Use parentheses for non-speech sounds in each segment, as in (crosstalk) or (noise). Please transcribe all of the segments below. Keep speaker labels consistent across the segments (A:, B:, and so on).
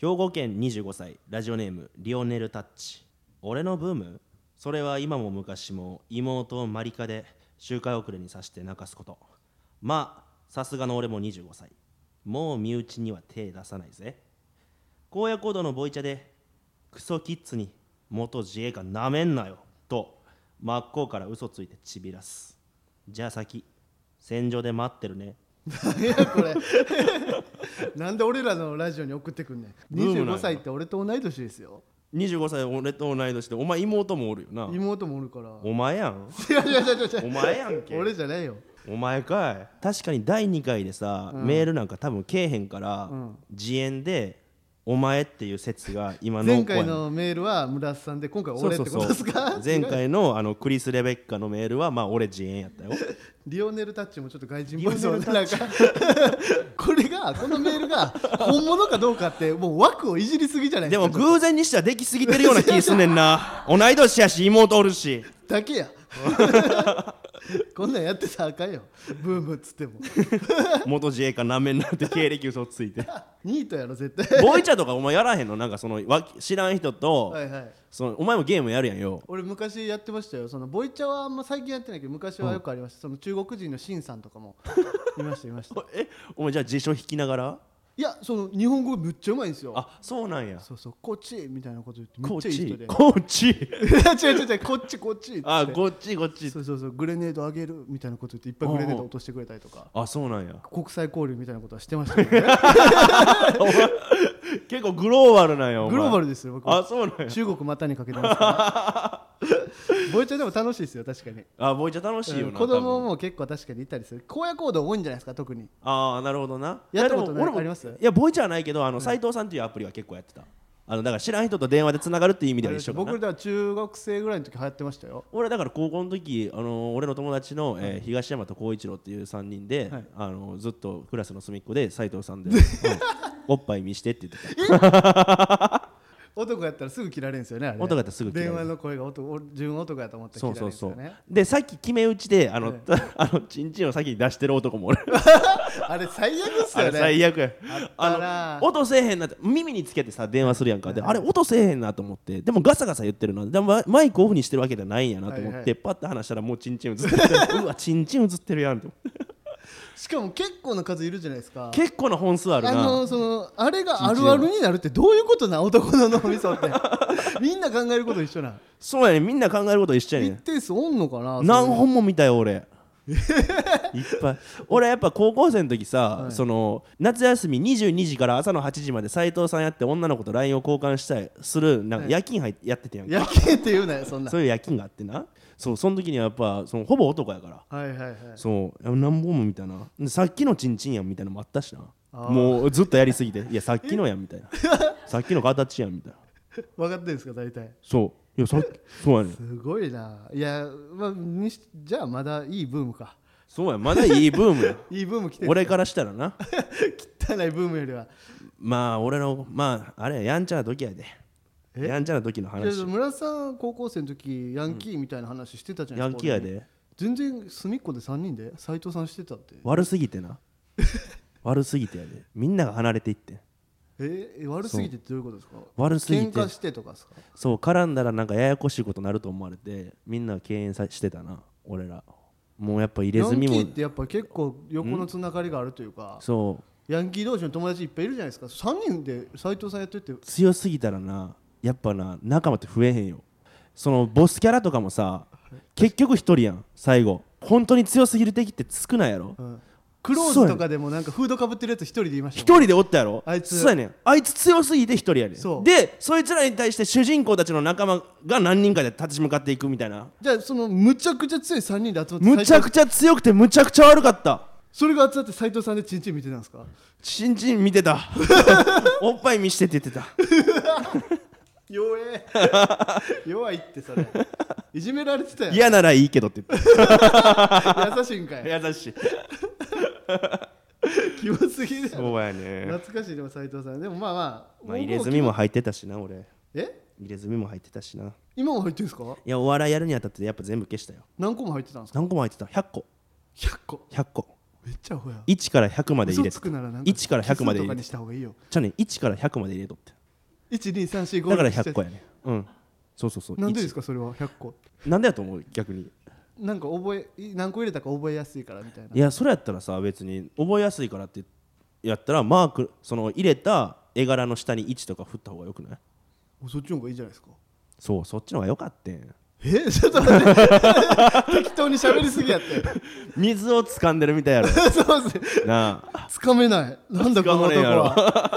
A: 兵庫県25歳ラジオネームリオネルタッチ俺のブームそれは今も昔も妹をマリカで周回遅れにさして泣かすことまあさすがの俺も25歳もう身内には手出さないぜ荒野行動のボイチャでクソキッズに元自衛官なめんなよと真っ向から嘘ついてちびらすじゃあ先戦場で待ってるね
B: 何やこれ (laughs) なんで俺らのラジオに送ってくんねん
A: ブームなんや
B: 25歳って俺と同い年ですよ
A: 25歳俺と同い年でお前妹もおるよな
B: 妹もおるから
A: お前やん
B: いやいやいやいやいや
A: お前やんけ
B: 俺じゃないよ
A: お前かい確かに第2回でさ、メールなんか多分けえへんから、
B: ん
A: 自演で「お前」っていう説が今の
B: 前回のメールは村瀬さんで今回は
A: そう
B: 俺っ
A: そ
B: て
A: う
B: ことですか
A: そう前回のあのクリス・レベッカのメールはまあ俺自演やった
B: (laughs)
A: よ
B: リオネルタッチもちょっと外人っぽいですよねなんかこれがこのメールが本物かどうかってもう枠をいじりすぎじゃないで
A: ですも
B: か
A: 偶然にしてはできすぎてるような気すんねん
B: (laughs)
A: な同い年やし妹おるし
B: だけやこんなんやってたらあかんよブームっつっても (laughs)
A: 元自衛官なめんなって経歴嘘つい
B: (laughs)
A: て
B: ニートや
A: (laughs)
B: ろ絶対
A: ボイチャとかお前やらへんのなんかそのわ知らん人と、
B: はいはい
A: そのお前もゲームやるやんよ
B: 俺昔やってましたよそのボイチャはあんま最近やってないけど昔はよくありました、その中国人のシンさんとか (laughs) もいましたいました
A: えお前じゃあ辞書引きながら
B: いやその日本語めっちゃうまいんですよ
A: あそうなんや
B: そうそうこっちみたいなこと言ってめ
A: こ
B: っ
A: っ
B: ちゃいい人
A: ち
B: で
A: こっち
B: (laughs) 違う違う違うこっちこっちっつって
A: あこっちこっち
B: そうそうそうグレネードあげるみたいなこと言っていっぱいグレネード落としてくれたりとか
A: あそうなんや
B: 国際交流みたいなことはしてましたけどね
A: お前 (laughs) 結構グローバルなんやお前
B: (laughs) グローバルですよ僕
A: あそうなんや
B: 中国股にかけてますから (laughs) ボイチャでも楽しいですよ確かに
A: あボイチャ楽しいよな、
B: うん子供
A: 多分
B: も結構確かにいたりする荒野行動多いんじゃないですか特に
A: ああなるほどな
B: やったことな
A: やでも
B: い
A: 俺も
B: あります
A: いやボイチャはないけどあの斉藤さんっていうアプリは結構やってたあのだから知らん人と電話でつながるっていう意味では一緒か
B: 僕
A: な
B: らだから中学生ぐらいの時流行ってましたよ
A: 俺だから高校の時あの俺の友達の、えー東山と光一郎っていう3人で、あのずっとクラスの隅っこで斉藤さん
B: (laughs)
A: で、うんおっぱい見してって言ってた
B: 男やったらすぐ切られるんですよねあれ
A: 男やったらすぐ切られる
B: 電話の声が男俺自分男やと思った
A: そ
B: ら
A: う
B: 切
A: そ
B: られる
A: う
B: んです
A: そ
B: よ
A: う
B: ね
A: でさっき決め打ちであの、
B: え
A: (laughs) あのチンチンを先に出してる男
B: (laughs)
A: も俺
B: あれ最悪っす
A: あ
B: よ
A: れ
B: ね
A: 最悪や
B: あったな
A: あの音せえへんなって耳につけてさ電話するやんかであれ音せえへんなと思ってでもガサガサ言ってるなでもママイクオフにしてるわけじゃないんやなと思って、
B: はいはい
A: パッて話したらもうチンチン映ってるうわチンチン映ってるやんと思
B: (laughs)
A: って
B: しかも結構な数いるじゃないですか
A: 結構な本数あるな
B: あのそのあれがあるあるになるってどういうことな男の脳みそってみんな考えること一緒な
A: そうやねみんな考えること一緒やね
B: 一定数おんのかな
A: 何本も見たよ
B: (laughs)
A: 俺いっぱい俺やっぱ高校生の時さ、その夏休み22時から朝の8時まで斉藤さんやって女の子と LINE を交換したりするなんか夜勤入っやっててやんか、
B: 夜景って言うなよそん
A: (laughs)
B: な
A: そういう夜勤があってなそうその時にはやっぱそのほぼ男やから
B: はいはいはい
A: そう何本も見たなでさっきのチンチンやんみたいなのもあったし
B: あ
A: な
B: ー
A: もうずっとやりすぎていやさっきのやんみたいな
B: (laughs)
A: さっきの形やんみたいな
B: 分かってるんですか大体
A: そういやさっきそうやねん
B: すごいないや、まあ、にしじゃあまだいいブームか
A: そうやまだいいブームや
B: いいブー (laughs) ム来てる
A: 俺からしたらな
B: 汚いブームよりは
A: まあ俺のまああれややんちゃな時やでやんちゃな時の
B: いや
A: 話
B: 村田さん高校生の時ヤンキーみたいな話してたじゃな
A: ヤン
B: いです
A: キ
B: か
A: ーやで
B: 全然隅っこで3人で斎藤さんしてたって
A: 悪すぎて
B: (laughs)
A: な悪すぎてやでみんなが離れていって
B: ええ悪すぎてってどういうことですか
A: 悪すぎ
B: 喧
A: て
B: 嘩してとかですか
A: そう絡んだらなんかややこしいことになると思われてみんな敬遠さしてたな俺らもうやっぱ入れ
B: ヤンキ
A: 墨も
B: ーってやっぱ結構横のつながりがあるというか
A: そう
B: ヤンキー同士の友達いっぱいいるじゃないですか3人で斎藤さんやってって
A: 強すぎたらなやっぱな仲間って増えへんよそのボスキャラとかもさ結局一人やん最後本当に強すぎる敵って少ないやろ
B: うんクローズとかでもなんかフードかぶってるやつ一人でいました
A: 一
B: もん
A: 人でおったやろ
B: あいつ
A: そうやねんあいつ強すぎて一人やね
B: そ
A: ん
B: う
A: でそいつらに対して主人公たちの仲間が何人かで立ち向かっていくみたいな
B: じゃあそのむちゃくちゃ強い3人で集まって
A: むちゃく
B: 斉藤
A: ちゃ強くてむちゃくちゃ悪かった
B: それが集まって斎藤さんでチンチン見てたんですか
A: チンチン見てた (laughs) おっぱい見してって言ってた
B: 弱え弱いってそ
A: (laughs)
B: れいじめられてたよ
A: 嫌ならいいけどって言っ
B: 優しいんかい
A: た優しい
B: キモすぎだよ
A: そうやね
B: 懐かしいでも斎藤さんでもまあまあ
A: まあ入れ墨も入ってたしな俺
B: え
A: 入れ墨も入ってたしな
B: 今も入ってるんですか
A: いやお笑いやるにあたってやっぱ全部消したよ
B: 何個も入ってたんですか
A: 何個も入ってた100個
B: 100個
A: 100個
B: めっちゃアホや
A: 1から100まで入
B: 嘘
A: れ
B: つ
A: て
B: くならなんか
A: 1から100まで入
B: 奇数と
A: れ
B: かに
A: て
B: した方がいいよ
A: じゃあね1から100まで入れとって
B: 12345
A: だから100個やねうんそうそうそう
B: なんでです
A: か
B: かそれは100個
A: なんでやと思う逆に
B: なんか覚え何個入れたか覚えやすいからみたいない
A: やそれやったらさ別に覚えやすいからってやったらマークその入れた絵柄の下に1とか振った方がよくない
B: おそっちの方がいいじゃないですか
A: そうそっちの方がよかったん
B: え (laughs) ちょっと待って適当に喋りすぎやって
A: 水を掴んでるみたい
B: (laughs)
A: やろ
B: そうですね
A: なあ
B: つかめないなんだこの
A: 掴まれん
B: 男
A: やろ (laughs)
B: は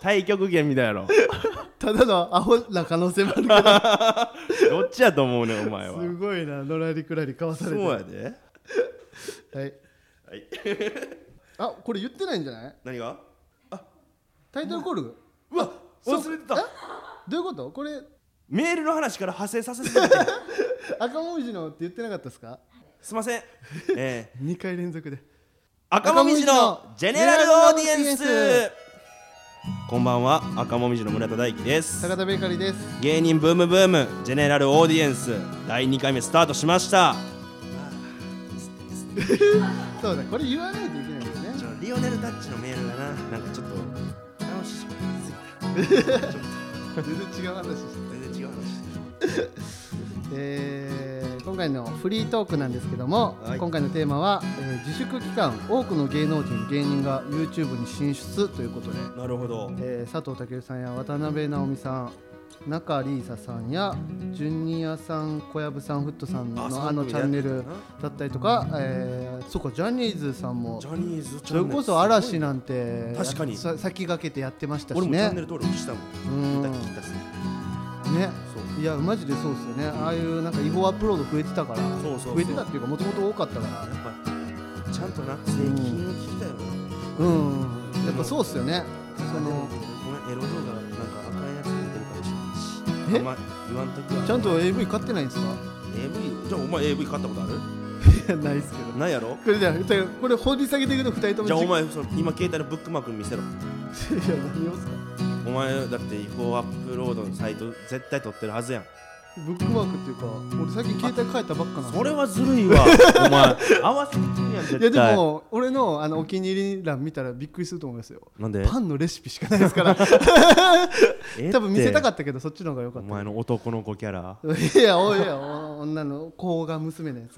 A: 太極拳みたいやろ
B: ただのアホな可能性もあるけど
A: どっちやと思うねんお前は
B: すごいなのらりくらりかわさ
A: そ
B: れて
A: うやで
B: はい
A: はい
B: (laughs) あこれ言ってないんじゃない
A: 何が
B: タイトルコール
A: うわ忘れて
B: え
A: た
B: どういうことこれ
A: メールの話から派生させてくれて
B: 赤もみじのって言ってなかったですか
A: すいま
B: (laughs)
A: せんえー
B: 2回連続で
A: 赤もみじのジェネラルオーディエンスこんばんは赤もみじの村田大樹です
B: 坂田ベーカリーです
A: 芸人ブームブームジェネラルオーディエンス第2回目スタートしました
B: そうだこれ言わないといけないんですね
A: リオネルタッチのメールがななんかちょっと楽しすぎ
B: 全然違う話して
A: 全然違う
B: えー今回のフリートークなんですけども、
A: はい
B: 今回のテーマは、えー自粛期間多くの芸能人芸人が YouTube に進出ということで、
A: なるほど
B: えー佐藤健さんや渡辺直美さん中里依紗さんやジュニアさん小籔さんフットさんのあのチャンネルだったりとか、えーそうかジャニーズさんも
A: ジャニーズチ
B: そ
A: ャ
B: れ
A: ンネル
B: こそ嵐なんて
A: 確かに
B: さ先駆けてやってましたし
A: 俺もチャンネ
B: ね
A: ル登録したもん
B: うん
A: 聞いた聞いたっす
B: ね
A: そう
B: いやマジでそうですよねああいうなんか違法アップロード増えてたから
A: そうそうそう
B: 増えてたっていうかもともと多かったから
A: やっぱちゃんとな税金を聞きたいよな
B: うんやっぱそうっすよねそ
A: その
B: の
A: ごめんエロ動画なんか赤いやつ出てるかもしれないし
B: え
A: あんま言わんとくわ
B: ちゃんと AV 買ってないんですか
A: AV じゃあお前 AV 買ったことある
B: ないっすけど
A: ないやろ
B: これじゃあ二人これ掘り下げていくと2人とも
A: じゃあお前その今携帯のブックマーク見せろ
B: (laughs) いや何をっすか
A: お前だって違法アップロードのサイト絶対撮ってるはずやん
B: ブックマークっていうか俺最近携帯変えたばっかなんで
A: それはずるいわお前合わせてくるやん絶
B: いや
A: 対
B: でも俺のあのお気に入り欄見たらびっくりすると思いますよ
A: なんで
B: パンのレシピしかないですから
A: (laughs)
B: 多分見せたか
A: っ
B: ったけどそっちの方が良か
A: お
B: っ
A: 前の男の子キャラ
B: たいやおいやお女の子が娘のやつ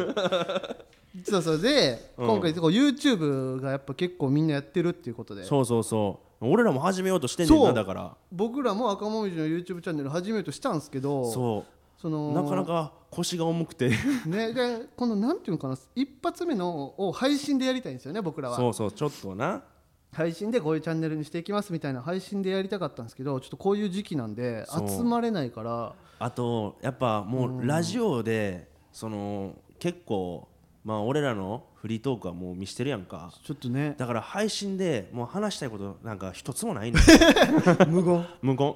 A: (laughs)
B: そうそうで、
A: うん
B: 今回こう YouTube がやっぱ結構みんなやってるっていうことで
A: そうそうそう俺らも始めようとしてんねん
B: そ
A: な
B: う
A: だから
B: 僕らも赤もみじの YouTube チャンネル始めようとしたんですけど
A: そ
B: そうの
A: なかなか腰が重くて
B: ねでこのなんていうのかな一発目のを配信でやりたいんですよね僕らは
A: そうそうちょっとな
B: 配信でこういうチャンネルにしていきますみたいな配信でやりたかったんですけどちょっとこういう時期なんで
A: そう
B: 集まれないから
A: あとやっぱもうラジオでその結構まあ俺らのフリートークはもう見してるやんか
B: ちょっとね
A: だから配信でもう話したいことなんか一つもないねん
B: (laughs) 無言
A: (laughs) 無言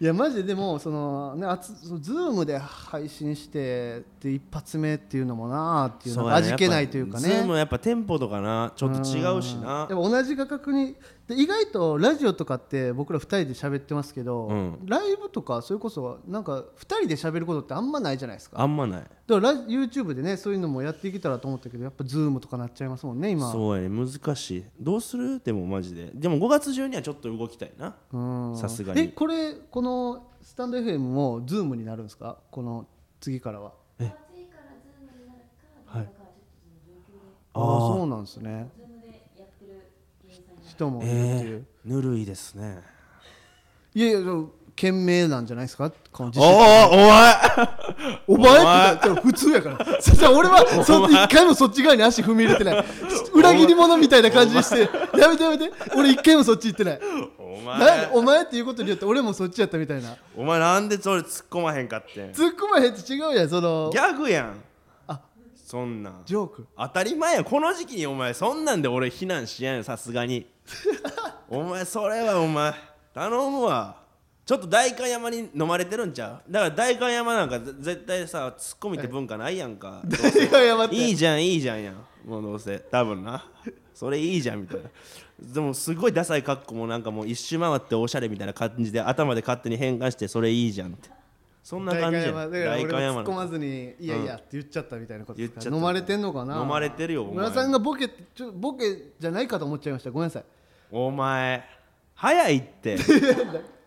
B: いやマジででもそのねあつそのズームで配信してって一発目っていうのもなあっていうのが味気ないというか
A: ズーム
B: ね
A: はやっぱテンポとかなちょっと違うしな
B: でも同じ価格にで意外とラジオとかって僕ら2人で喋ってますけど、
A: うん
B: ライブとかそれこそなんか2人で喋ることってあんまないじゃないですか
A: あんまない
B: だからラ YouTube でねそういうのもやっていけたらと思ったけどやっぱ Zoom とかなっちゃいますもんね今
A: そうやね難しいどうするでもマジででも5月中にはちょっと動きたいな
B: うん
A: さすがに
B: えこれこのスタンド FM も Zoom になるんですかこの次からは
C: 暑いからズームになるか、どうかはちょっとその状況で、
B: ああ
A: あー
B: そうなんですね
C: ズームでやってる芸人さんが
B: 人もいるっていう
A: え、ー、ぬるいですね
B: いやいやでも懸命なんじゃないですかこの
A: お
B: 自
A: お
B: 信お前
A: お前
B: って普通やからそしたら俺はそ一回もそっち側に足踏み入れてない裏切り者みたいな感じにしてやめてやめて俺一回もそっち行ってない
A: お前お
B: な
A: 前
B: お前っていうことによって俺もそっちやったみたいな
A: お前なんでそれ突っ込まへんかってん
B: (laughs) 突っ込まへんって違うやんその
A: ギャグやん
B: あ
A: そんなん
B: ジョーク
A: 当たり前やんこの時期にお前そんなんで俺避難しやんよさすがにお前それはお前頼むわちょっと代官山に飲まれてるんちゃうだから代官山なんかぜ絶対さツッコミって文化ないやんかどうせ
B: いやいや待って
A: いいじゃんいいじゃんやんもうどうせ多分なそれいいじゃんみたいなでもすごいダサい格好もなんかもう一周回っておしゃれみたいな感じで頭で勝手に変換してそれいいじゃんってそんな感じやん
B: 大会山だから俺も突っ込
A: の
B: まずに「いやいや」って言っちゃったみたいなことですか
A: 言っちゃった
B: 飲まれてんのかな
A: 飲まれてるよお前
B: 村さんがボケちょボケじゃないかと思っちゃいましたごめんなさい (laughs)
A: お前早いって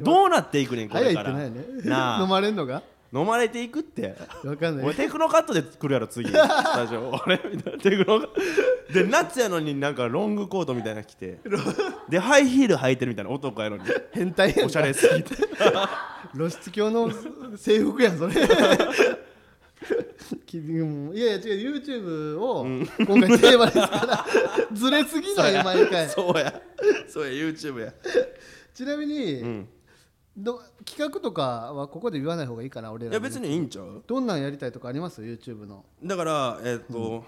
A: どうなっていくねんこ
B: 早
A: れ
B: いっ
A: か
B: て
A: ら
B: ないね
A: なあ
B: (laughs) 飲まれんのが
A: 飲まれていくって
B: わかんな
A: 俺
B: い
A: テクノカットで来るやろ次スタジオ
B: (laughs)
A: 俺みたいなテクノカで夏やのになんかロングコートみたいなの着てでハイヒール履いてるみたいな男やのに
B: 変態やん
A: (laughs) おしゃれすぎて
B: 露出狂の制服やんそれ (laughs) 君もいやいや違う YouTube を今回テーマですからずれすぎないよ毎
A: (laughs)
B: 回
A: そうやそうや YouTube や
B: ちなみに、
A: ん
B: ど企画とかはここで言わない方がいいかな俺ら
A: いや別にいいんちゃう
B: どんなんやりたいとかあります YouTube の
A: だからえっ、と、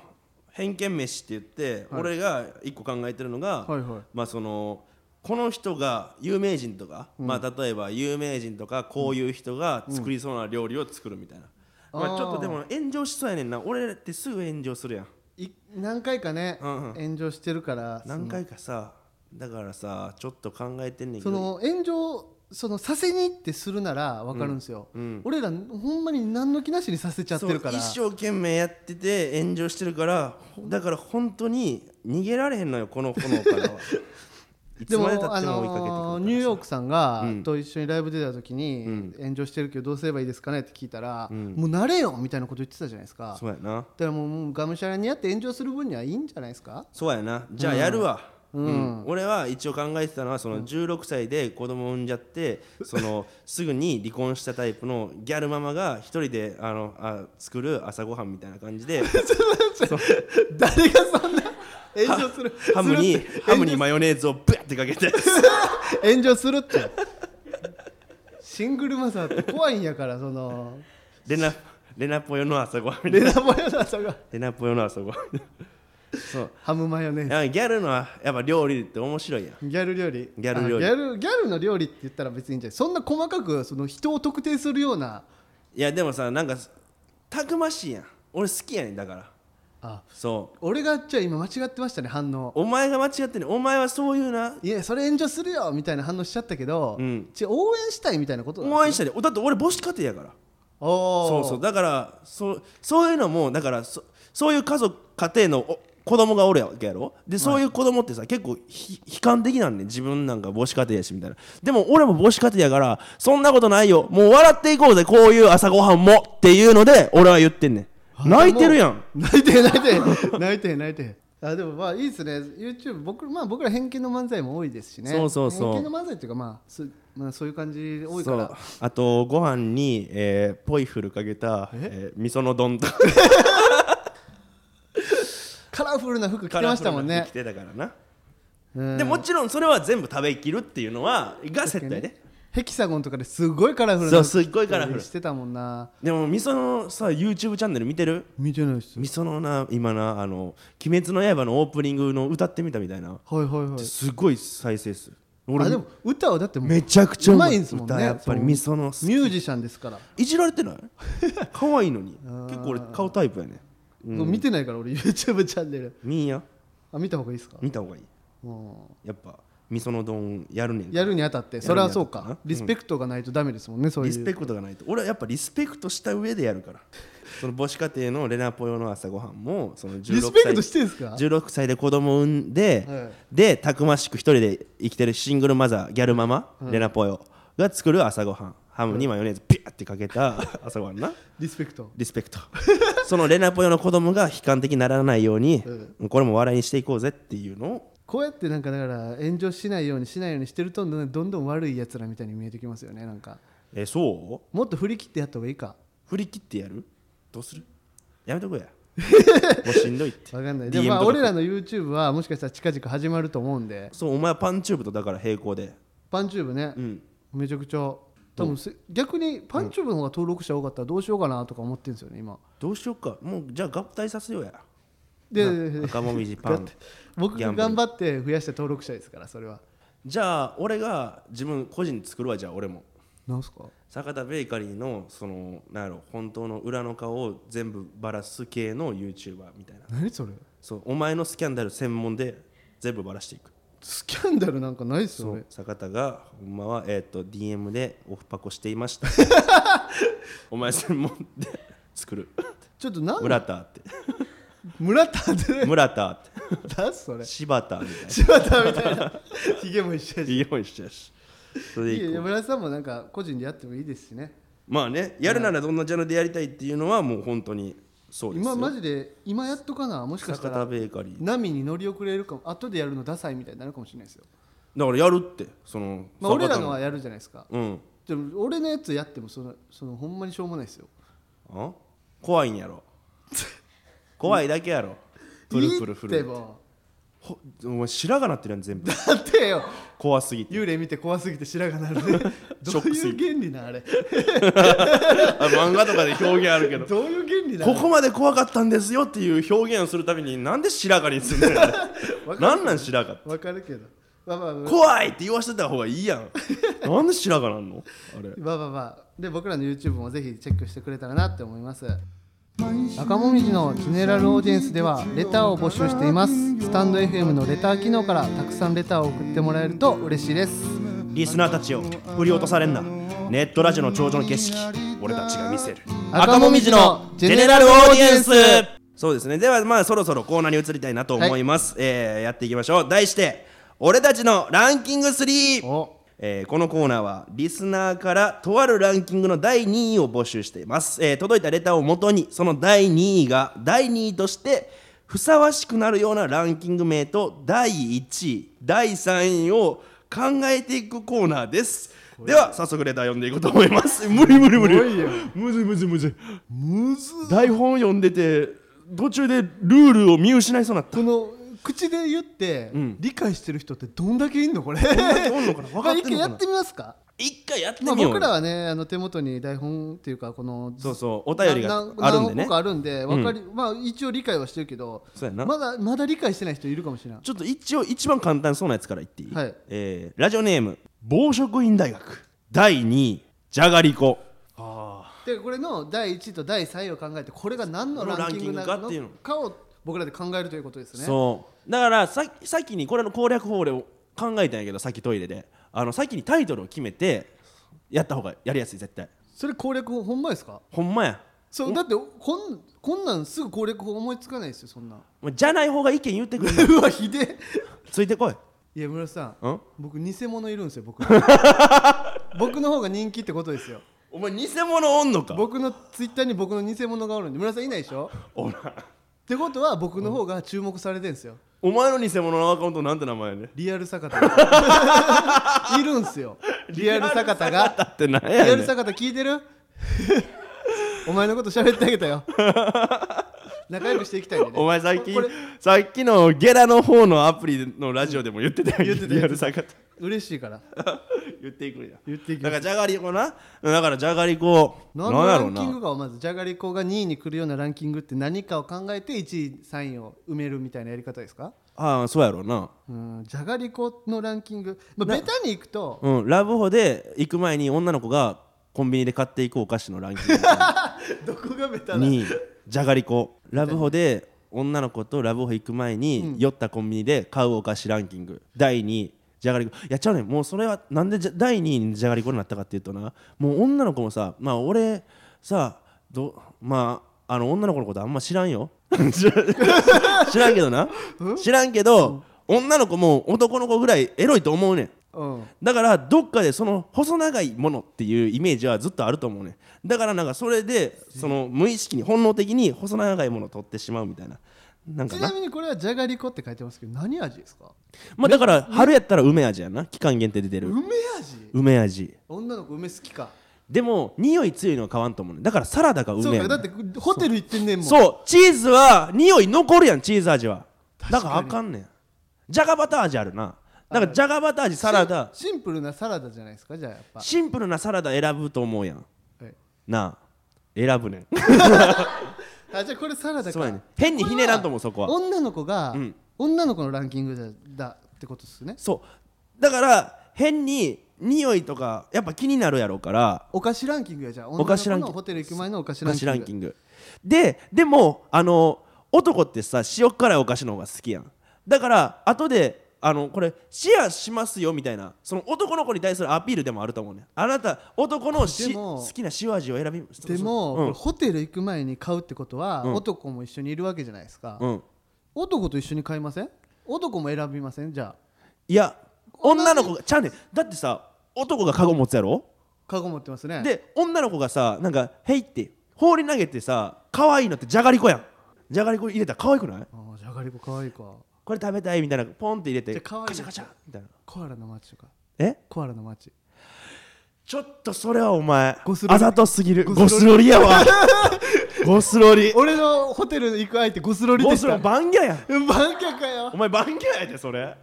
A: 偏見飯って言って、
B: はい
A: 俺が一個考えてるのが、
B: はいはい
A: まあそのこの人が有名人とか、まあ例えば有名人とかこういう人が作りそうな料理を作るみたいな、
B: うん
A: ま
B: あ
A: あ
B: ー
A: ちょっとでも炎上しそうやねんな俺ってすぐ炎上するやん
B: い何回かね、
A: うんうん
B: 炎上してるから
A: 何回かさだからさちょっと考えてんねんけ
B: そ
A: ど
B: の炎上そのさせにってするなら分かるんですよ、
A: うんうん
B: 俺らほんまに何の気なしにさせちゃってるから
A: そう一生懸命やってて炎上してるからだから本当に逃げられへんのよこの炎から
B: (laughs)
A: はいつ
B: でも
A: までたって
B: あ
A: も追いかけてくるからさ
B: のーニューヨークさんが、
A: うん
B: と一緒にライブ出た時
A: う
B: に
A: ん
B: 炎上してるけどどうすればいいですかねって聞いたら、
A: うん
B: もう慣れよみたいなこと言ってたじゃないですか
A: そうやな
B: だからもうもうがむしゃらにやって炎上する分にはいいんじゃないですか
A: そうやなじゃあやるわ、
B: うんうん
A: 俺は一応考えてたのはその16歳で子供を産んじゃって、その (laughs) すぐに離婚したタイプのギャルママが一人であのあ作る朝ごはんみたいな感じ
B: (laughs)
A: で
B: 誰がそんな炎上する
A: ハムに
B: するって
A: ハムにマヨネーズをブヤってかけ
B: (laughs)
A: て
B: 炎上するってシングルマザーって怖いんやからその
A: レナレナポヨの朝ごはんみたい
B: レ
A: な
B: ナマヨナさんが
A: レナポヨの朝ごはんみたいな (laughs) そう
B: ハムマヨネーズ
A: やっぱギャルのはやっぱ料理って面白いやん
B: ギャル料理
A: ギャル料理
B: あギャルギャルの料理って言ったら別にいいんじゃないそんな細かくその人を特定するようない
A: やでもさなんかたくましいやん俺好きやねんだから
B: あ
A: そう
B: 俺がじゃあ今間違ってましたね反応
A: お前が間違ってんねんお前はそういうない
B: やそれ炎上するよみたいな反応しちゃったけど、
A: うん
B: ち応援したいみたいなこと
A: 応援
B: し
A: したでだって俺母子家庭やから
B: お
A: そうそうだからそうそういうのもだからそそういう家族家庭のお子供がおるわけやろでそういう子供ってさ結構ひ悲観的なんね自分なんか母子家庭やしみたいなでも俺も母子家庭やからそんなことないよもう笑っていこうぜこういう朝ごはんもっていうので俺は言ってんねん泣いてるやん
B: 泣いてへん泣いてへん泣いてへん泣いてへんあでもまあいいですね YouTube 僕,、まあ、僕ら偏見の漫才も多いですしね
A: そうそうそう
B: 偏見の漫才っていうか、まあそまあ、そういう感じ多いか
A: そう
B: ら
A: あとご飯に、えーポイフルかけた、えー味噌の丼とか
B: カラフルな服着てましたもんね
A: 来てたからな、
B: うん
A: でもちろんそれは全部食べきるっていうのはがセットやで
B: ヘキサゴンとかですごいカラフル
A: そ
B: な
A: うすっごいカラフル
B: してたもんな
A: でも味噌のさ YouTube チャンネル見てる
B: 見てないっす
A: 味噌のな今なあの「鬼滅の刃」のオープニングの歌ってみたみたいな
B: はいはいはい
A: すごい再生数俺
B: あでも歌はだってもう
A: めちゃくちゃ
B: う
A: う
B: ま
A: ま
B: い
A: い
B: んすもんね
A: 歌やっぱり味噌の
B: ミュージシャンですから、
A: いじられ
B: (laughs)
A: てない可愛いのに結構俺顔タイプやね
B: もう見てないから俺 YouTube チャンネル
A: みーや
B: あ見た方がいいですか
A: 見た方がいい
B: も
A: やっぱ味噌の丼やるねん
B: うやるにあたってそれはそう
A: やるにあた
B: か
A: ってな
B: リスペクトがないとダメですもんねそうい
A: リ
B: う
A: スペクトがないと俺はやっぱリスペクトした上でやるからその母子家庭のレナポ用の朝ごはんもその16歳
B: リスペクトしてんすか
A: 16歳で子供を産んで、
B: は
A: でたくましく一人で生きてるシングルマザーギャルママ、
B: はい
A: レナポヨが作る朝ごはんハムにマヨネーズピュッてかけ
B: (laughs)
A: た朝ごはんな
B: リスペクト
A: リスペクト (laughs) そのレナポヨの子供が悲観的にならないように、これも笑いにしていこうぜっていうのを
B: こうやってなんかだから炎上しないようにしないようにしてるとどんどんどん悪いやつらみたいに見えてきますよねなんか
A: えそう
B: もっと振り切ってやった方がいいか
A: 振り切ってやるどうするやめとこう
B: (laughs)
A: やもうしんどいって
B: わかんないでもま
A: DM
B: あ
A: とか
B: 俺らの YouTube はもしかしたら近々始まると思うんで
A: そうお前はパンチューブとだから並行で
B: パンチューブね、
A: うん
B: めちゃくちゃ多分せ逆にパンチューブの方が登録者多かったらどうしようかなとか思ってるんですよね今
A: どうしよっかもうじゃあ合体させようや
B: で
A: 赤もみじパ
B: だっ
A: ン
B: て僕
A: ギャ
B: が
A: ンブル
B: 頑張って増やした登録者ですからそれは
A: じゃあ俺が自分個人で作るわじゃあ俺も
B: なんすか
A: 坂田ベーカリーのそのなんやろ本当の裏の顔を全部バラす系の YouTuber みたいな
B: 何それ
A: そうお前のスキャンダル専門で全部バラしていく
B: スキャンダルなんかないっすよね
A: 坂田がほんまはえっ、と DM でオフパコしていました (laughs) お前専門で作る
B: ちょっとなん
A: 村田って
B: 村田で
A: 村田って (laughs)
B: 何それ
A: 柴田みたいな
B: 柴田みたいなひげも一緒やし
A: (laughs) いいようにしてやし
B: い
A: それでい
B: やい
A: こ
B: や
A: う
B: 村井さんもなんか個人でやってもいいですしね
A: まあねやるならどんなジャンルでやりたいっていうのはもう本当にそうですよ
B: 今マジで今やっとかなもしかした
A: 坂田
B: ら
A: ベーカリー
B: 波に乗り遅れるかも後でやるのダサいみたいになるかもしれないですよ、
A: だからやるってその、
B: まあ、俺
A: 坂
B: ら
A: 田
B: のはやるじゃないですか
A: うん
B: でも俺のやつやってもそのそのほんまにしょうもないですよ
A: あ怖いんや
B: (laughs)
A: ろ怖いだけやろプルプル
B: いいっ
A: 震え
B: て
A: て
B: も
A: ほお前白髪なってるやん全部
B: だってよ
A: 怖すぎて
B: 幽霊見て怖すぎて白髪なる
A: (laughs)
B: ね
A: ショッ
B: どう
A: クす
B: い
A: ぎ
B: う原理なんあれ
A: あ漫画とかで表現あるけ
B: (laughs)
A: ど
B: どういう原理なん
A: こ
B: あれ
A: こまで怖かったんですよっていう表現をするためになんで白髪にすん
B: (laughs)
A: ねんあれなんなん白髪
B: わかるけどまあまあまあ
A: 怖いって言わせてた方がいいや
B: (laughs)
A: んなんで白髪なんのあれ
B: まあまあまあで僕らの YouTube もぜひチェックしてくれたらなって思います赤もみじのジェネラルオーディエンスではレターを募集していますスタンド FM のレター機能からたくさんレターを送ってもらえると嬉しいです
A: リスナーたちを振り落とされんなネットラジオの頂上の景色俺たちが見せる
B: 赤もみじのジェネラルオーディエンス
A: そうですねではまあそろそろコーナーに移りたいなと思います、えーやっていきましょう題して俺たちのランキング3
B: お
A: えーこのコーナーはリスナーからとあるランキングの第2位を募集しています、えー届いたレターをもとにその第2位が第2位としてふさわしくなるようなランキング名と第1位第3位を考えていくコーナーですでは早速レター読んでいこうと思います (laughs) 無理無理無理
B: すごいよ
A: むずいむずいむずいむずい台本読んでて途中でルールを見失いそうになった
B: この口で言って、
A: ん
B: 理解してる人ってどんだけいんのこれ
A: けおんの
B: (laughs)
A: かな分かってんのかな
B: 一回やってみますか
A: 一回やってみ
B: まあ、
A: ようよ
B: 僕らはねあの手元に台本っていうかこの
A: そうそうお便りが
B: なな
A: あるんで
B: 何
A: ね
B: 個かあるんでわかり、まあ一応理解はしてるけど
A: そうやな
B: まだまだ理解してない人いるかもしれない
A: ちょっと一応一番簡単そうなやつから言っていい、
B: はい
A: えーラジオネーム暴食院大学第2位じゃがりこ
B: でこれの第1位と第3位を考えてこれが何のランキングな
A: このランキングかっていう
B: の
A: の
B: かを僕らで考えるということですね
A: そうだからさ先にこれの攻略法を考えたんやけどさっきトイレであの先にタイトルを決めてやった方がやりやすい絶対
B: それ攻略法ほんまですか
A: ほんまや
B: そうだってこんこんなんすぐ攻略法思いつかないですよそんなん
A: もうじゃない方が意見言ってくれ
B: (laughs) うわひでえ
A: ついてこい
B: いや村田さん
A: ん
B: 僕偽物いるんですよ僕僕の方が人気ってことですよ
A: お前偽物おんのか
B: 僕のツイッターに僕の偽物がおるんで村田さんいないでしょ
A: おら
B: ってことは僕の方が注目されてんすよ
A: お前の偽物のアカウントなんて名前やね
B: リアル坂田が (laughs) いるんすよリアル坂田が
A: だってなん
B: リア
A: やね
B: ル
A: ん
B: 坂田聞い
A: (laughs)
B: てるお前のこと喋ってあげたよ仲良くしていきたいんでね
A: お前さっき
B: これ
A: さっきのゲラの方のアプリのラジオでも言ってたやん
B: 言ってた
A: リアルさか
B: 嬉しいから
A: (laughs) 言っていくんや
B: 言っていき
A: だ
B: ま
A: か
B: す
A: らじゃがりこなだからじゃがりこ
B: 何のランキ
A: なん
B: ン
A: やろ
B: グかをまずじゃがりこが2位に来るようなランキングって何かを考えて1位3位を埋めるみたいなやり方ですか
A: なああそうやろうな
B: うんじゃがりこのランキング、まあ、ベタにいくと
A: うんラブホで行く前に女の子がコンビニで買っていくお菓子のランキング
B: どこがベタだ
A: にじゃがりこラブホで女の子とラブホ行く前に酔ったコンビニで買うお菓子ランキング第2位じゃがりこいやちゃうねんもうそれはなんでじゃ第2位にじゃがりこになったかっていうとなもう女の子もさまあ俺さどまああの女の子のことあんま知らんよ (laughs) 知らんけどな知らんけど女の子も男の子ぐらいエロいと思うねん
B: うん
A: だからどっかでその細長いものっていうイメージはずっとあると思うねだからなんかそれでその無意識に本能的に細長いものを取ってしまうみたいななんか
B: ちな
A: な、
B: みにこれはじゃがりこって書いてますけど何味ですか
A: まあ、だから春やったら梅味やな期間限定で出る
B: 梅味
A: 梅味
B: 女の子梅好きか
A: でも匂い強いのは変わんと思うねだからサラダが梅
B: そう
A: や
B: か
A: ね
B: だってホテル行ってんねんもん
A: そうチーズは匂い残るやんチーズ味はだからあかんねんじゃがバター味あるなだからじゃがバター味サラダ
B: シンシンプルなサラダじゃないですかじゃあやっぱ
A: シンプルなサラダ選ぶと思うやん
B: はい
A: なあ選ぶねん
B: あじゃあこれサラダか
A: そうやね変にひねらんと思うそこは
B: 女の子が、
A: ん
B: 女の子のランキングだだってことですね
A: そうだから変に匂いとかやっぱ気になるやろうから
B: お菓子ランキングやじゃあ
A: お菓子ランキング
B: 女の子のホテル行く前のお菓子
A: お
B: ラン
A: 菓
B: キ
A: 子
B: ング
A: ランキングででもあの男ってさ塩辛いお菓子の方が好きやんだから後であのこれシェアしますよみたいなその男の子に対するアピールでもあると思うねあなた男のし
B: でも
A: 好きな塩味を選び
B: でも、これホテル行く前に買うってことは、
A: うん
B: 男も一緒にいるわけじゃないですか、
A: うん、うん、
B: 男と一緒に買いません男も選びませんじゃあ
A: いや女の子がちゃうねんだってさ男がカゴ持つやろ
B: カゴ持ってますね
A: で女の子がさなんか「へい」って放り投げてさ可愛いのってじゃがりこやんじゃがりこ入れたら可愛くない
B: あーじゃがりこかわいいか
A: これ食べたいみたいなポンって入れて
B: じゃあ可愛い
A: カチャカチャみたいな
B: コアラの街とか
A: え
B: コアラの街
A: ちょっとそれはお前
B: ゴスロリ
A: あざとすぎる
B: ゴ
A: ゴ
B: ス
A: スロリや
B: (laughs)
A: わゴスロリ
B: 俺のホテル行く相手ゴスロリ
A: ゴ
B: でし
A: ス
B: た
A: ロリ番屋やん
B: うん (laughs) 番家かよ
A: お前番屋やでそれ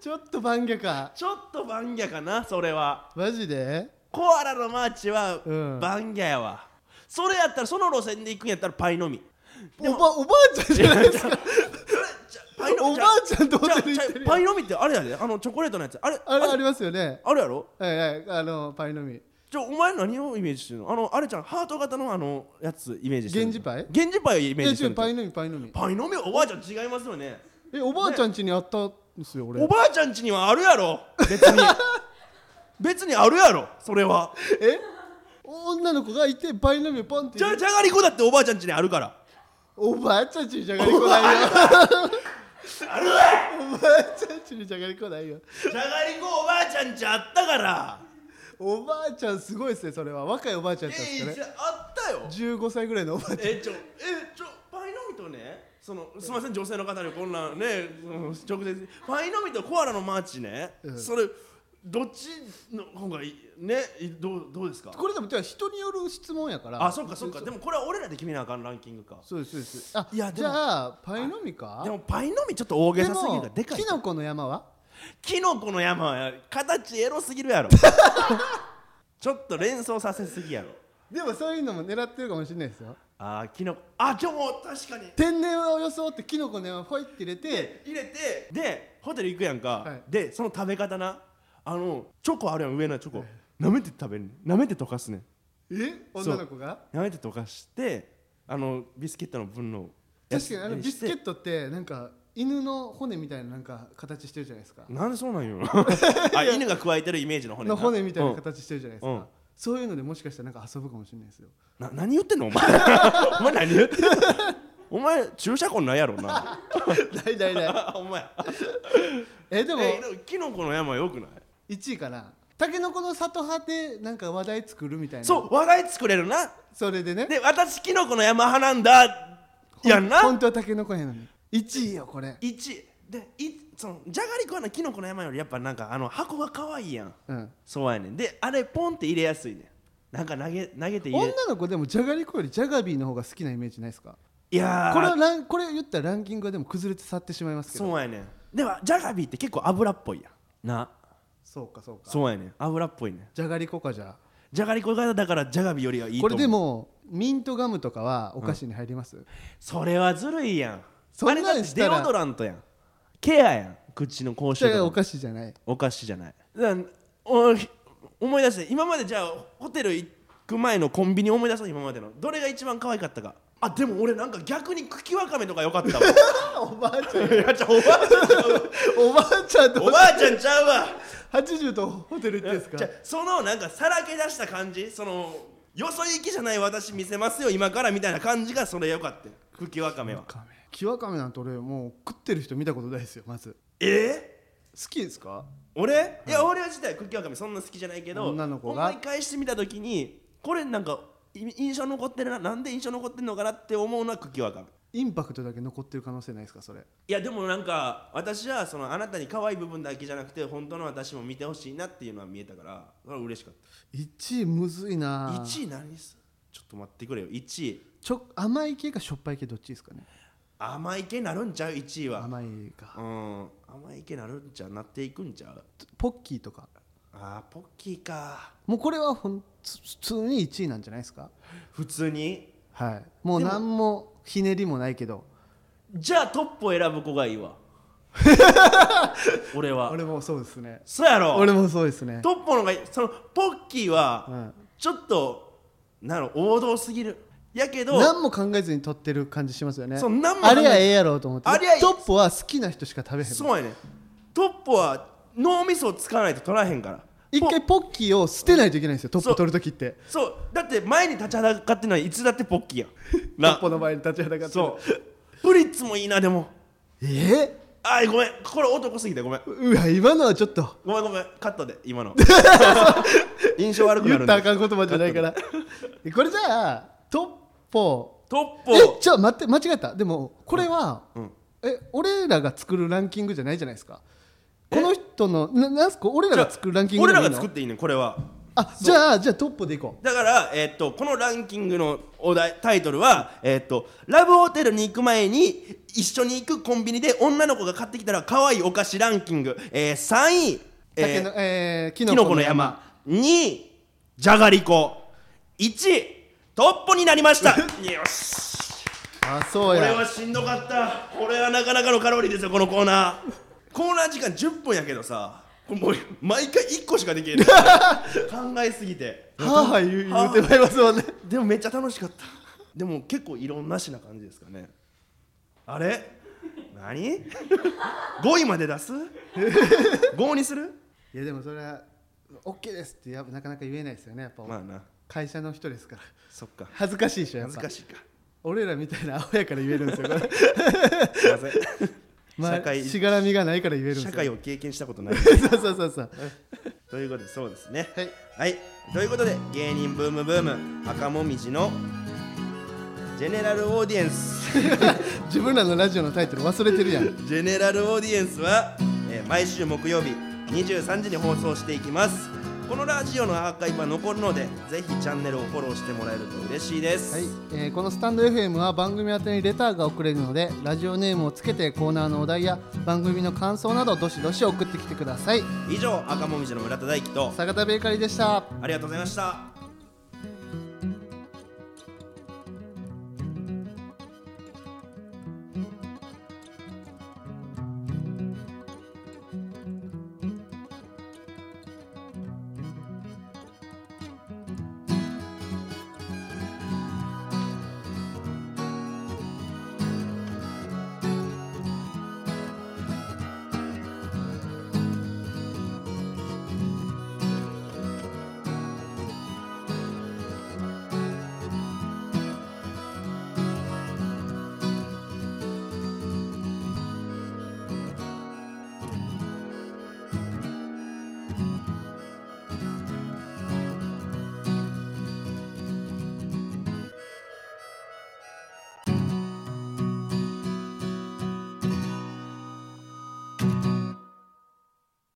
B: ちょっと番家か
A: ちょっと番屋かなそれは
B: マジで
A: コアラのマーチは
B: うん
A: 番屋やわ、それやったらその路線で行くんやったらパイの
B: (laughs)
A: み (laughs)
B: おばおばあちゃんじゃないですか
A: パイのみ
B: おば (laughs) あちゃんとホ
A: じゃあ
B: テル行っ
A: じ
B: て
A: ゃ
B: る
A: あパイのみってあれやであのチョコレートのやつあれ
B: あれありますよね
A: あるやろ
B: はいはいあのパイのみ
A: じゃあお前何をイメージしてるのあのあれちゃんハート型のあのやつイメージしてるの
B: 源氏
A: 源氏パイをイメージして
B: え
A: る
B: 違
A: の
B: うパイのみパイのみ
A: パイのみおばあちゃん違いますよね
B: えおばあちゃん家にあったんですよ俺
A: おばあちゃん家にはあるやろ別 (laughs) に別にあるやろそれは
B: え女の子がいてパイのみをポンって
A: じ
B: 入
A: ゃ
B: れ
A: じゃがりこだっておばあちゃん家にあるから
B: おばあちゃんちにじゃがりこないよおばあちゃんちにじゃがりこないよ
A: じゃがりこおばあちゃん家あったから
B: おばあちゃんすごいですねそれは若いおばあちゃんやったんです
A: え
B: か
A: い
B: ね
A: じゃあったよ
B: 15歳ぐらいのおばあちゃん
A: えちょえちょパイのみとねそのすみません女性の方にこんなねうん直接パイのみとコアラのマーチね、
B: うん
A: それどっちの方がいいねいどうどうですか
B: これでもじゃあ人による質問やから
A: あそっかそっかでもこれは俺らで決めなあかんランキングか
B: そうですそうですあ
A: いやでも
B: じゃあパイのみか
A: でもパイのみちょっと大げさすぎるからでかい
B: キノコの山は
A: キノコの山は形エロすぎる
B: (laughs)
A: やろちょっと連想させすぎやろ
B: でもそういうのも狙ってるかもしれないですよ
A: あーキノコあでも確かに
B: 天然を装ってキノコの山ポイって入れて
A: 入れてでホテル行くやんか、
B: はい
A: でその食べ方なあのチョコあるやん上のチョコ舐めて食べるねん舐めて溶かすねん
B: え
A: そう
B: 女の子が
A: 舐めて溶かしてあのビスケットの分のや
B: 確
A: つ
B: かにあのビスケットってなんか犬の骨みたいななんか形してるじゃないですか
A: なんでそうなん
B: (laughs)
A: よあ犬が加えてるイメージの骨
B: の
A: な
B: 骨みたいな
A: うん
B: 形してるじゃないですか、
A: うん
B: そういうのでもしかしたらなんか遊ぶかもしれないですよ
A: な何言ってんのお前 (laughs) お前何言ってんのお前注射痕ないやろな
B: (laughs) (laughs) ないないない
A: お前
B: (laughs) えで
A: で
B: も
A: もキノコの山よくない
B: 1位かなたけのこの里派でなんか話題作るみたいな
A: そう話題作れるな
B: それでね
A: で私キノコの山派なんだやんな
B: ほん本当はたけのこやのに1位よこれ
A: 一でいそのじゃがりこはなキノコの山よりやっぱなんかあの箱が可愛いやん
B: うん
A: そうやねんであれポンって入れやすいねんなんか投げ投げて入れ
B: 女の子でもじゃがりこよりじゃがビーの方が好きなイメージないですか
A: いやー
B: これはランこれ言ったらランキングはでも崩れて去ってしまいますけど
A: そうやねんではじゃがビーって結構油っぽいやんな
B: そうかそうか
A: そうやねん油っぽいねん
B: じゃがりこかじゃあ
A: じゃがりこがだからじゃがビーよりはいいと
B: こ
A: 思
B: れ
A: う
B: でもミントガムとかはお菓子に入ります、
A: それはずるいやん
B: そんなん
A: あれだって
B: した
A: デ
B: ら
A: オドラントやんケアやん口の口
B: じ
A: 臭
B: ゃあ
A: と
B: お
A: か
B: 菓子じゃない
A: お菓子じゃないだからお思い出して今までじゃあホテル行く前のコンビニ思い出そう今までのどれが一番可愛かったかあでも俺なんか逆に茎わかめとか良かった (laughs) わ
B: (laughs) おばあちゃん
A: いやちゃうおばあちゃんちゃうわ
B: (laughs) おばあちゃん
A: お
B: と
A: ばあちゃんちゃうわ
B: 80とホテル行ってんすか
A: じゃあそのなんかさらけ出した感じそのよそ行きじゃない私見せますよ今からみたいな感じがそれ良かったよ茎わかめは
B: カメキワカメなんて俺もう食ってる人見たことないですよまず
A: えー
B: 好きですか
A: 俺いや俺は自体クッキーわかめそんな好きじゃないけど
B: 女の子が
A: 思い返してみた時にこれなんかい印象残ってるななんで印象残ってんのかなって思うのはクッキーわかめ
B: インパクトだけ残ってる可能性ないですかそれ
A: いやでもなんか私はそのあなたに可愛い部分だけじゃなくて本当の私も見てほしいなっていうのは見えたからそれは嬉しかっ
B: 1位むずい
A: た
B: な
A: 1位何すちょっと待ってくれよ1位
B: ちょ甘い系かしょっぱい系どっちですかね
A: 甘い系なるんちゃう1位は
B: 甘いか
A: うん甘い系なるんちゃうなっていくんちゃう
B: ポッキーとか
A: あーポッキーか
B: もうこれはほんつ普通に1位なんじゃないですか
A: 普通に
B: はいもう
A: でも
B: 何もひねりもないけど
A: じゃあトップを選ぶ子がいい
B: (laughs)
A: わ俺は
B: 俺もそうですね
A: そうやろ
B: 俺もそうですね
A: トップの方がいいそのポッキー
B: う
A: は
B: ん
A: ちょっとなの王道すぎるやけど
B: 何も考えずに取ってる感じしますよね
A: そう何も考え
B: あれやええやろうと思って
A: ありゃええ
B: トップは好きな人しか食べへん
A: そうやねトップは脳みそを使わないと取らへんから
B: 一
A: ポ
B: 回ポッキーを捨てないといけないんですよトップ取るときって
A: そうだって前に立ちはだかってないいつだってポッ
B: (laughs)
A: キーやん
B: トッ
A: な
B: プの前に立ちはだかって
A: そうプリッツもいいなでも
B: え
A: あーごめんこれ男すぎてごめん
B: うわ今のはちょっと
A: ごめんごめんカットで今
B: (laughs)
A: の印象悪くな
B: 言
A: る
B: っ
A: ん
B: た
A: で
B: らあかん言葉じゃないからこれじゃあトッポ
A: トッ
B: え
A: ポ
B: ちょ待って間違えたでもこれは、
A: うんうん
B: え俺らが作るランキングじゃないじゃないですかこの人のななんすか俺らが作るランキング
A: 俺
B: でも
A: ら
B: いい
A: が
B: の
A: 作っていいねこれは
B: あじゃあじゃあトップでいこ
A: だから、えーっとこのランキングのお題タイトルは、えーっと「ラブホテルに行く前に一緒に行くコンビニで女の子が買ってきたら可愛いお菓子ランキング」えー、3位、
B: う
A: え
B: 竹
A: ー
B: の、えー、キ
A: きのこの山2位じゃがりこ1位トッポになりました
B: (laughs)
A: よし
B: あそ
A: こ
B: う
A: れ
B: や
A: はしんどかったこれはなかなかのカロリーですよこのコーナーコーナー時間10分やけどさこれもう毎回1個しかできない考えすぎて
B: 母言う言うてまいりますもんね
A: でもめっちゃ楽しかったでも結構いろんなしな感じですかねあれ何 ?5 位まで出す ?5 にする
B: いやでもそれは OK ですってやっぱなかなか言えないですよねやっぱ、
A: まあな
B: 会社の人ですから
A: そっか
B: 恥ずかしいでしょやっ
A: 恥
B: ぱ
A: ずかしいか
B: 俺らみたいな青やから言えるんです
A: (laughs)
B: よ、これ
A: すいません
B: ま
A: 社
B: あ、
A: 会
B: しがらみがないから言えるんです
A: 社
B: よ
A: 会を経験したことない
B: (laughs) そうそうそうそう
A: ということでそうですね
B: はい
A: はいということで芸人ブームブーム赤もみじのジェネラルオーディエンス (laughs)
B: 自分らのラジオのタイトル忘れてるやん
A: ジェネラルオーディエンスは、えー毎週木曜日23時に放送していきますこのラジオのアーカイブは残るのでぜひチャンネルをフォローしてもらえると嬉しいです、
B: はい、えーこのスタンド FM は番組宛てにレターが送れるのでラジオネームをつけてコーナーのお題や番組の感想などどしどし送ってきてください
A: 以上赤もみじの村田大樹と
B: 坂田ベーカリーでした
A: ありがとうございました